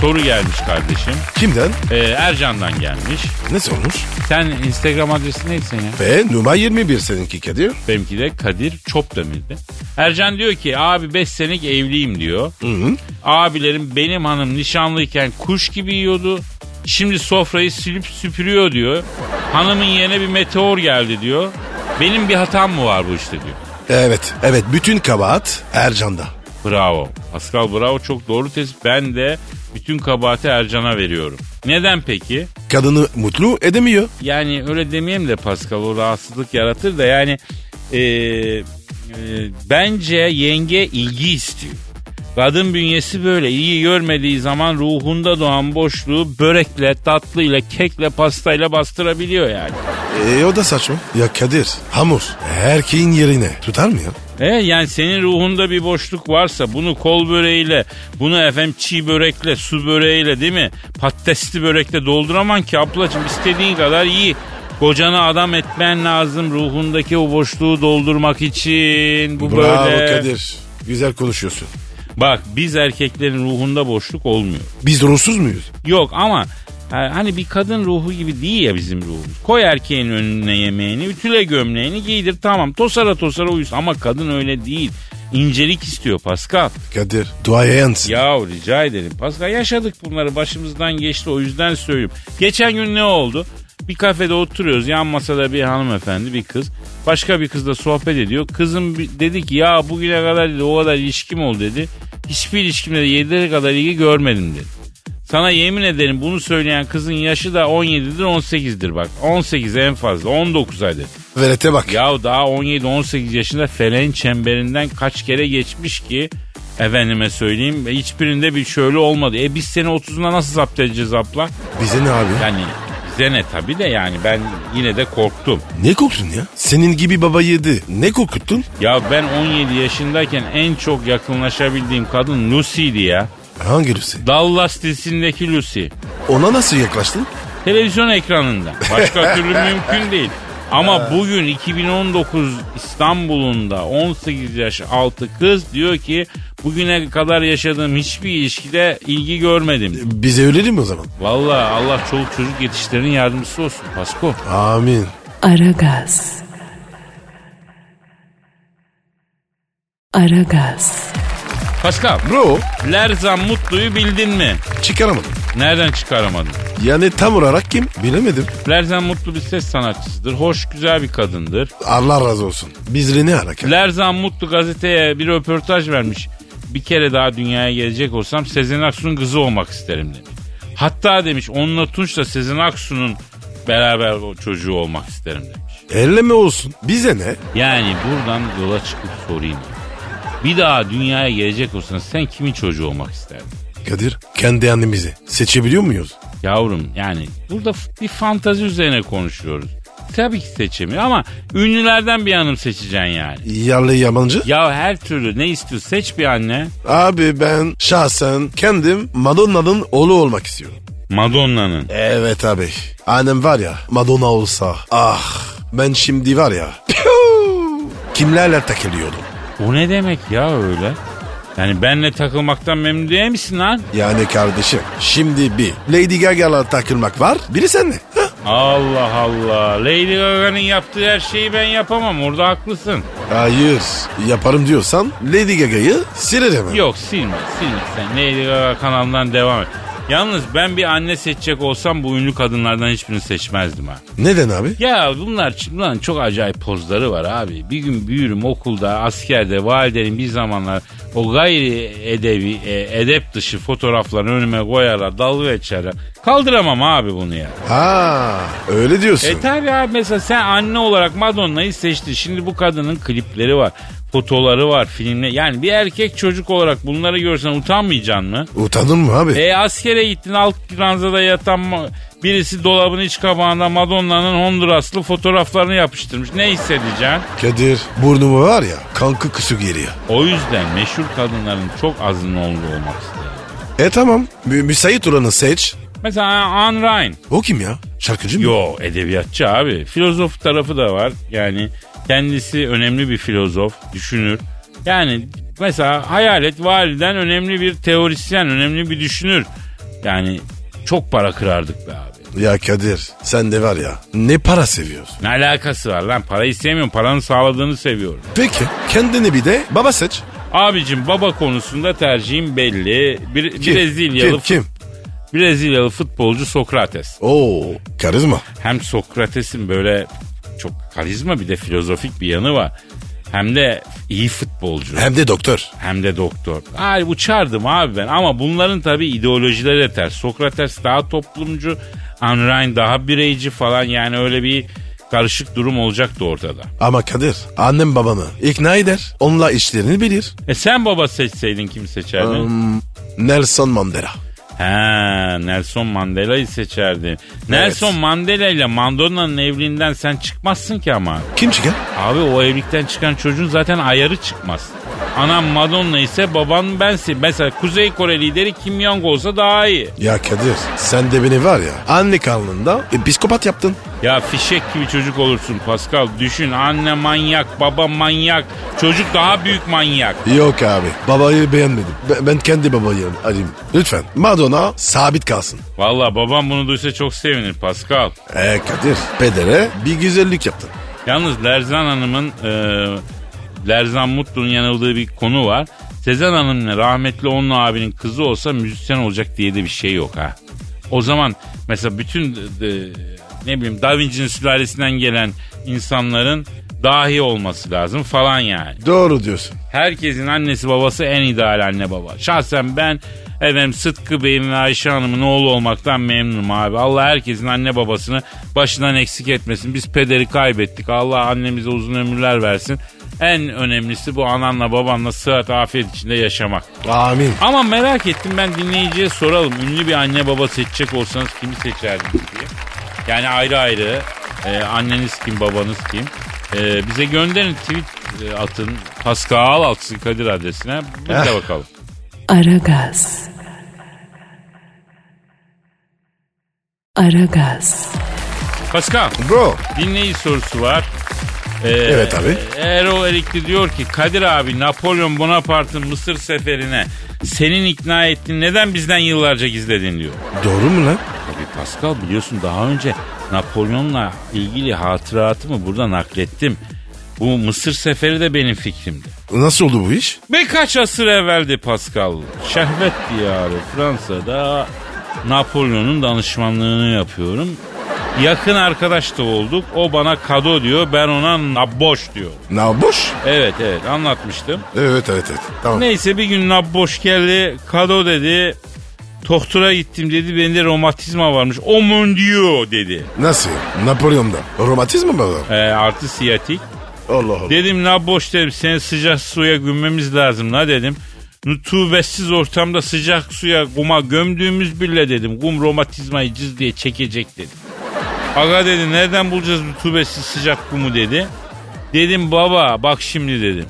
Soru gelmiş kardeşim. Kimden? Ee, Ercan'dan gelmiş. Ne sormuş? Sen Instagram adresi neydi senin ya? Ve numara 21 seninki Kadir. Benimki de Kadir Çopdemir'di. Ercan diyor ki abi 5 senelik evliyim diyor. Abilerim benim hanım nişanlıyken kuş gibi yiyordu. Şimdi sofrayı silip süpürüyor diyor. Hanımın yerine bir meteor geldi diyor. Benim bir hatam mı var bu işte diyor. Evet, evet. Bütün kabahat Ercan'da. Bravo. Pascal bravo çok doğru tespit. Ben de bütün kabahati Ercan'a veriyorum. Neden peki? Kadını mutlu edemiyor. Yani öyle demeyeyim de Pascal o rahatsızlık yaratır da yani e, e, bence yenge ilgi istiyor. Kadın bünyesi böyle iyi görmediği zaman ruhunda doğan boşluğu börekle, tatlıyla, kekle, pastayla bastırabiliyor yani. E o da saçma. Ya Kadir, hamur erkeğin yerine tutar mı ya? Evet E, yani senin ruhunda bir boşluk varsa bunu kol böreğiyle, bunu efendim çiğ börekle, su böreğiyle değil mi? Patatesli börekle dolduraman ki ablacığım istediğin kadar iyi. Kocanı adam etmen lazım ruhundaki o boşluğu doldurmak için. Bu Bravo böyle. Kadir. Güzel konuşuyorsun. Bak biz erkeklerin ruhunda boşluk olmuyor. Biz ruhsuz muyuz? Yok ama e, hani bir kadın ruhu gibi değil ya bizim ruhumuz. Koy erkeğin önüne yemeğini, ütüle gömleğini giydir tamam. Tosara tosara uyusun ama kadın öyle değil. İncelik istiyor Pascal. Kadir, duayensin. Ya rica ederim Pascal yaşadık bunları başımızdan geçti o yüzden söylüyorum. Geçen gün ne oldu? Bir kafede oturuyoruz yan masada bir hanımefendi bir kız başka bir kızla sohbet ediyor. Kızım bi- dedi ki ya bugüne kadar dedi, o kadar ilişkim oldu dedi. Hiçbir ilişkimde de yeteri kadar ilgi görmedim dedi. Sana yemin ederim bunu söyleyen kızın yaşı da 17'dir 18'dir bak. 18 en fazla 19 hadi. Velete bak. Ya daha 17-18 yaşında felen çemberinden kaç kere geçmiş ki efendime söyleyeyim e, hiçbirinde bir şöyle olmadı. E biz seni 30'una nasıl zapt edeceğiz abla? Bize ne abi? Yani bize ne tabii de yani ben yine de korktum. Ne koktun ya? Senin gibi baba yedi. Ne kokuttun? Ya ben 17 yaşındayken en çok yakınlaşabildiğim kadın Lucy'di ya. Hangi Rusi? Dallas dizisindeki Lucy. Ona nasıl yaklaştın? Televizyon ekranında. Başka türlü mümkün değil. Ama bugün 2019 İstanbul'unda 18 yaş altı kız diyor ki bugüne kadar yaşadığım hiçbir ilişkide ilgi görmedim. Bize öyle değil mi o zaman? Vallahi Allah çoluk çocuk yetiştirenin yardımcısı olsun Pasko. Amin. Aragaz. Aragaz. Pascal, Bro Lerzan Mutlu'yu bildin mi? çıkaramadım. Nereden çıkaramadın? Yani tam olarak kim? Bilemedim. Lerzan Mutlu bir ses sanatçısıdır. Hoş, güzel bir kadındır. Allah razı olsun. Bizle ne alaka? Lerzan Mutlu gazeteye bir röportaj vermiş. Bir kere daha dünyaya gelecek olsam Sezen Aksu'nun kızı olmak isterim demiş. Hatta demiş onunla Tunç'la Sezen Aksu'nun beraber o çocuğu olmak isterim demiş. Elleme olsun. Bize ne? Yani buradan yola çıkıp sorayım. Bir daha dünyaya gelecek olsan sen kimin çocuğu olmak isterdin? Kadir kendi annemizi seçebiliyor muyuz? Yavrum yani burada f- bir fantazi üzerine konuşuyoruz. Tabii ki seçemiyor ama ünlülerden bir hanım seçeceksin yani. Yerli yabancı? Ya her türlü ne istiyor seç bir anne. Abi ben şahsen kendim Madonna'nın oğlu olmak istiyorum. Madonna'nın. Evet abi. Annem var ya Madonna olsa. Ah ben şimdi var ya. piu, Kimlerle takılıyordum. O ne demek ya öyle? Yani benle takılmaktan memnun değil misin lan? Yani kardeşim şimdi bir Lady Gaga'la takılmak var. Biri senle. Hah. Allah Allah. Lady Gaga'nın yaptığı her şeyi ben yapamam. Orada haklısın. Hayır yaparım diyorsan Lady Gaga'yı silerim. hemen. Yok silme silme sen. Lady Gaga kanalından devam et. Yalnız ben bir anne seçecek olsam bu ünlü kadınlardan hiçbirini seçmezdim ha. Neden abi? Ya bunlar bunların çok acayip pozları var abi. Bir gün büyürüm okulda, askerde, validenin bir zamanlar o gayri edebi, e, edep dışı fotoğraflarını önüme koyarlar, dalga geçerler. Kaldıramam abi bunu ya. Ha öyle diyorsun. E tabi abi mesela sen anne olarak Madonna'yı seçtin. Şimdi bu kadının klipleri var. Fotoları var filmle. Yani bir erkek çocuk olarak bunları görsen utanmayacaksın mı? Utandın mı abi? E askere gittin alt ranzada yatan ma- birisi dolabın iç kabağında Madonna'nın Honduraslı fotoğraflarını yapıştırmış. Ne hissedeceksin? Kadir burnumu var ya kankı kısık geliyor. O yüzden meşhur kadınların çok azının olduğu olmak istedim. E tamam mü müsait olanı seç. Mesela Anne Ryan. O kim ya? Şarkıcı mı? Yo edebiyatçı abi. Filozof tarafı da var. Yani kendisi önemli bir filozof, düşünür. Yani mesela hayalet validen önemli bir teorisyen, önemli bir düşünür. Yani çok para kırardık be abi. Ya Kadir sen de var ya ne para seviyorsun. Ne alakası var lan? Parayı sevmiyorum. Paranın sağladığını seviyorum. Peki kendini bir de baba seç. Abicim baba konusunda tercihim belli. Bir, Kim? Brezilyalı Kim? Kim? Brezilyalı futbolcu Sokrates. Oo karizma. Hem Sokrates'in böyle çok karizma bir de filozofik bir yanı var. Hem de iyi futbolcu. Hem de doktor. Hem de doktor. Hayır uçardım abi ben ama bunların tabii ideolojileri de ters. Sokrates daha toplumcu, Anrain daha bireyci falan yani öyle bir karışık durum olacaktı ortada. Ama Kadir annem babamı ikna eder. Onunla işlerini bilir. E sen baba seçseydin kim seçerdin? Nelson Mandela. Ha, Nelson Mandela'yı seçerdin. Nelson Mandela ile Mandona'nın evliliğinden sen çıkmazsın ki ama. Kim çıkar? Abi o evlilikten çıkan çocuğun zaten ayarı çıkmaz. Anam Madonna ise baban bensin. Mesela Kuzey Kore lideri Kim Jong olsa daha iyi. Ya Kadir sen de beni var ya anne karnında e, psikopat yaptın. Ya fişek gibi çocuk olursun Pascal. Düşün anne manyak, baba manyak. Çocuk daha büyük manyak. Yok abi babayı beğenmedim. Ben, ben kendi babayı arayayım. Lütfen Madonna sabit kalsın. Valla babam bunu duysa çok sevinir Pascal. E Kadir pedere bir güzellik yaptın. Yalnız Lerzan Hanım'ın e, Lerzan Mutlu'nun yanıldığı bir konu var. Sezen Hanım'la rahmetli onun abinin kızı olsa müzisyen olacak diye de bir şey yok ha. O zaman mesela bütün e, ne bileyim Da Vinci'nin sülalesinden gelen insanların dahi olması lazım falan yani. Doğru diyorsun. Herkesin annesi babası en ideal anne baba. Şahsen ben efendim Sıtkı Bey'in ve Ayşe Hanım'ın oğlu olmaktan memnunum abi. Allah herkesin anne babasını başından eksik etmesin. Biz pederi kaybettik. Allah annemize uzun ömürler versin. En önemlisi bu ananla babanla sıhhat afiyet içinde yaşamak. Amin. Ama merak ettim ben dinleyiciye soralım. Ünlü bir anne baba seçecek olsanız kimi seçerdiniz diye. Yani ayrı ayrı e, anneniz kim babanız kim. E, bize gönderin tweet e, atın. Pascal Altın Kadir adresine. Bir de bakalım. Aragaz. Aragaz. Pascal Bro. dinleyici sorusu var. E, Evet abi. Erol Erikli diyor ki Kadir abi Napolyon Bonaparte'ın Mısır seferine senin ikna ettin neden bizden yıllarca gizledin diyor. Doğru mu lan? Tabii Pascal biliyorsun daha önce Napolyon'la ilgili hatıratımı burada naklettim. Bu Mısır seferi de benim fikrimdi. Nasıl oldu bu iş? Birkaç asır evveldi Pascal. Şehvet diyarı Fransa'da Napolyon'un danışmanlığını yapıyorum. Yakın arkadaş da olduk. O bana kado diyor, ben ona nabboş diyor. Naboş. Evet evet anlatmıştım. Evet evet evet. Tamam. Neyse bir gün nabboş geldi. Kado dedi. Doktora gittim dedi. Bende romatizma varmış. O mon dieu dedi. Nasıl? Napolyon'da. Romatizma mı var? Ee, artı siyatik. Allah Allah. Dedim nabboş dedim. Seni sıcak suya gömmemiz lazım la dedim. Nutubetsiz ortamda sıcak suya kuma gömdüğümüz bile dedim. Kum romatizmayı cız diye çekecek dedim. Aga dedi nereden bulacağız rutubetsiz sıcak kumu dedi. Dedim baba bak şimdi dedim.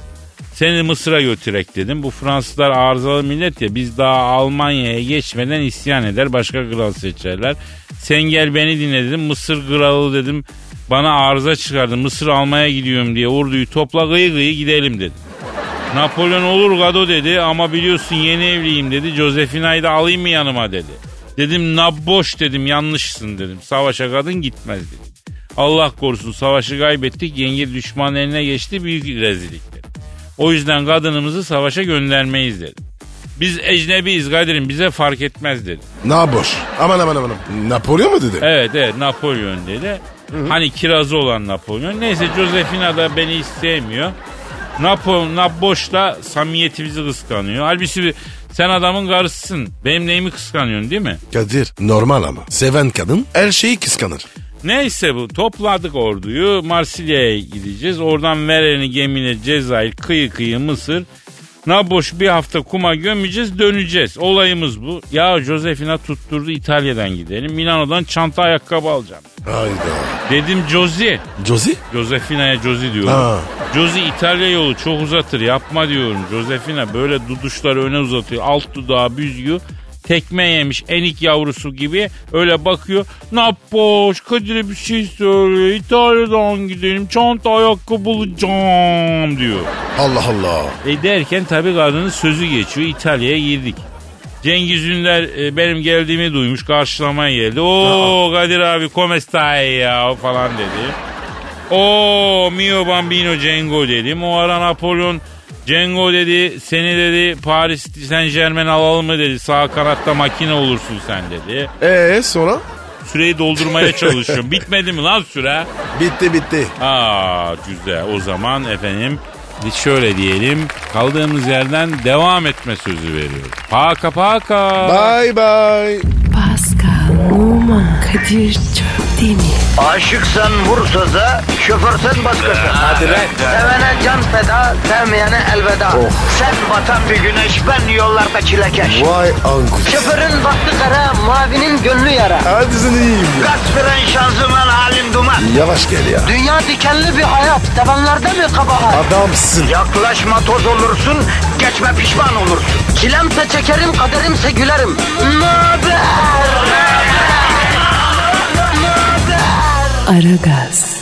Seni Mısır'a götürek dedim. Bu Fransızlar arızalı millet ya biz daha Almanya'ya geçmeden isyan eder başka kral seçerler. Sen gel beni dinle dedim. Mısır kralı dedim. Bana arıza çıkardı. Mısır almaya gidiyorum diye orduyu topla gıyı gıyı gidelim dedim. Napolyon olur gado dedi ama biliyorsun yeni evliyim dedi. Josefina'yı da alayım mı yanıma dedi. Dedim nabboş dedim yanlışsın dedim. Savaşa kadın gitmez dedim. Allah korusun savaşı kaybettik yenge düşman eline geçti büyük rezillik dedi. O yüzden kadınımızı savaşa göndermeyiz dedi. Biz ecnebiyiz Kadir'im bize fark etmez dedi. Naboş. Aman aman aman. aman. Napolyon mu dedi? Evet evet Napolyon dedi. Hani kirazı olan Napolyon. Neyse Josefina da beni istemiyor. Napo, Naboş da samimiyetimizi kıskanıyor. Halbuki sen adamın karısısın. Benim neyimi kıskanıyorsun değil mi? Kadir normal ama. Seven kadın her şeyi kıskanır. Neyse bu topladık orduyu Marsilya'ya gideceğiz. Oradan Veren'i gemine Cezayir kıyı kıyı Mısır. Naboş bir hafta kuma gömeceğiz döneceğiz. Olayımız bu. Ya Josefina tutturdu İtalya'dan gidelim. Milano'dan çanta ayakkabı alacağım. Hayda. Dedim Josie Josie? Josefina'ya Josi diyorum. Ha. Josi İtalya yolu çok uzatır yapma diyorum. Josefina böyle duduşları öne uzatıyor. Alt dudağı büzgü. Tekme yemiş enik yavrusu gibi öyle bakıyor. Napoş Kadir'e bir şey söyle İtalya'dan gidelim çanta ayakkabı alacağım diyor. Allah Allah. E derken tabii kadının sözü geçiyor İtalya'ya girdik. Cengiz Ünder e, benim geldiğimi duymuş karşılamaya geldi. Oo Kadir abi come stai ya falan dedi. Oo mio bambino Cengo dedim. O ara Napolyon Cengo dedi seni dedi Paris Saint Germain alalım mı dedi. Sağ kanatta makine olursun sen dedi. Eee Ee, sonra? Süreyi doldurmaya çalışıyorum. Bitmedi mi lan süre? Bitti bitti. Aa güzel o zaman efendim biz şöyle diyelim kaldığımız yerden devam etme sözü veriyorum. Paka paka. Bye bye. Pascal, Oman, Kadir çok değil mi? Aşıksan vursa da şoförsen başkasın. Hadi lan. Sevene can feda, sevmeyene elveda. Sen batan bir güneş, ben yollarda çilekeş. Vay anku. Şoförün baktı kara, mavinin gönlü yara. Hadi sen iyiyim ya. Kasperen şanzıman halin duman. Yavaş gel ya. Dünya dikenli bir hayat, sevenlerde mi kabahar? Adamsın. Yaklaşma toz olursun, geçme pişman olursun. Çilemse çekerim, kaderimse gülerim. Möber! Aragaz.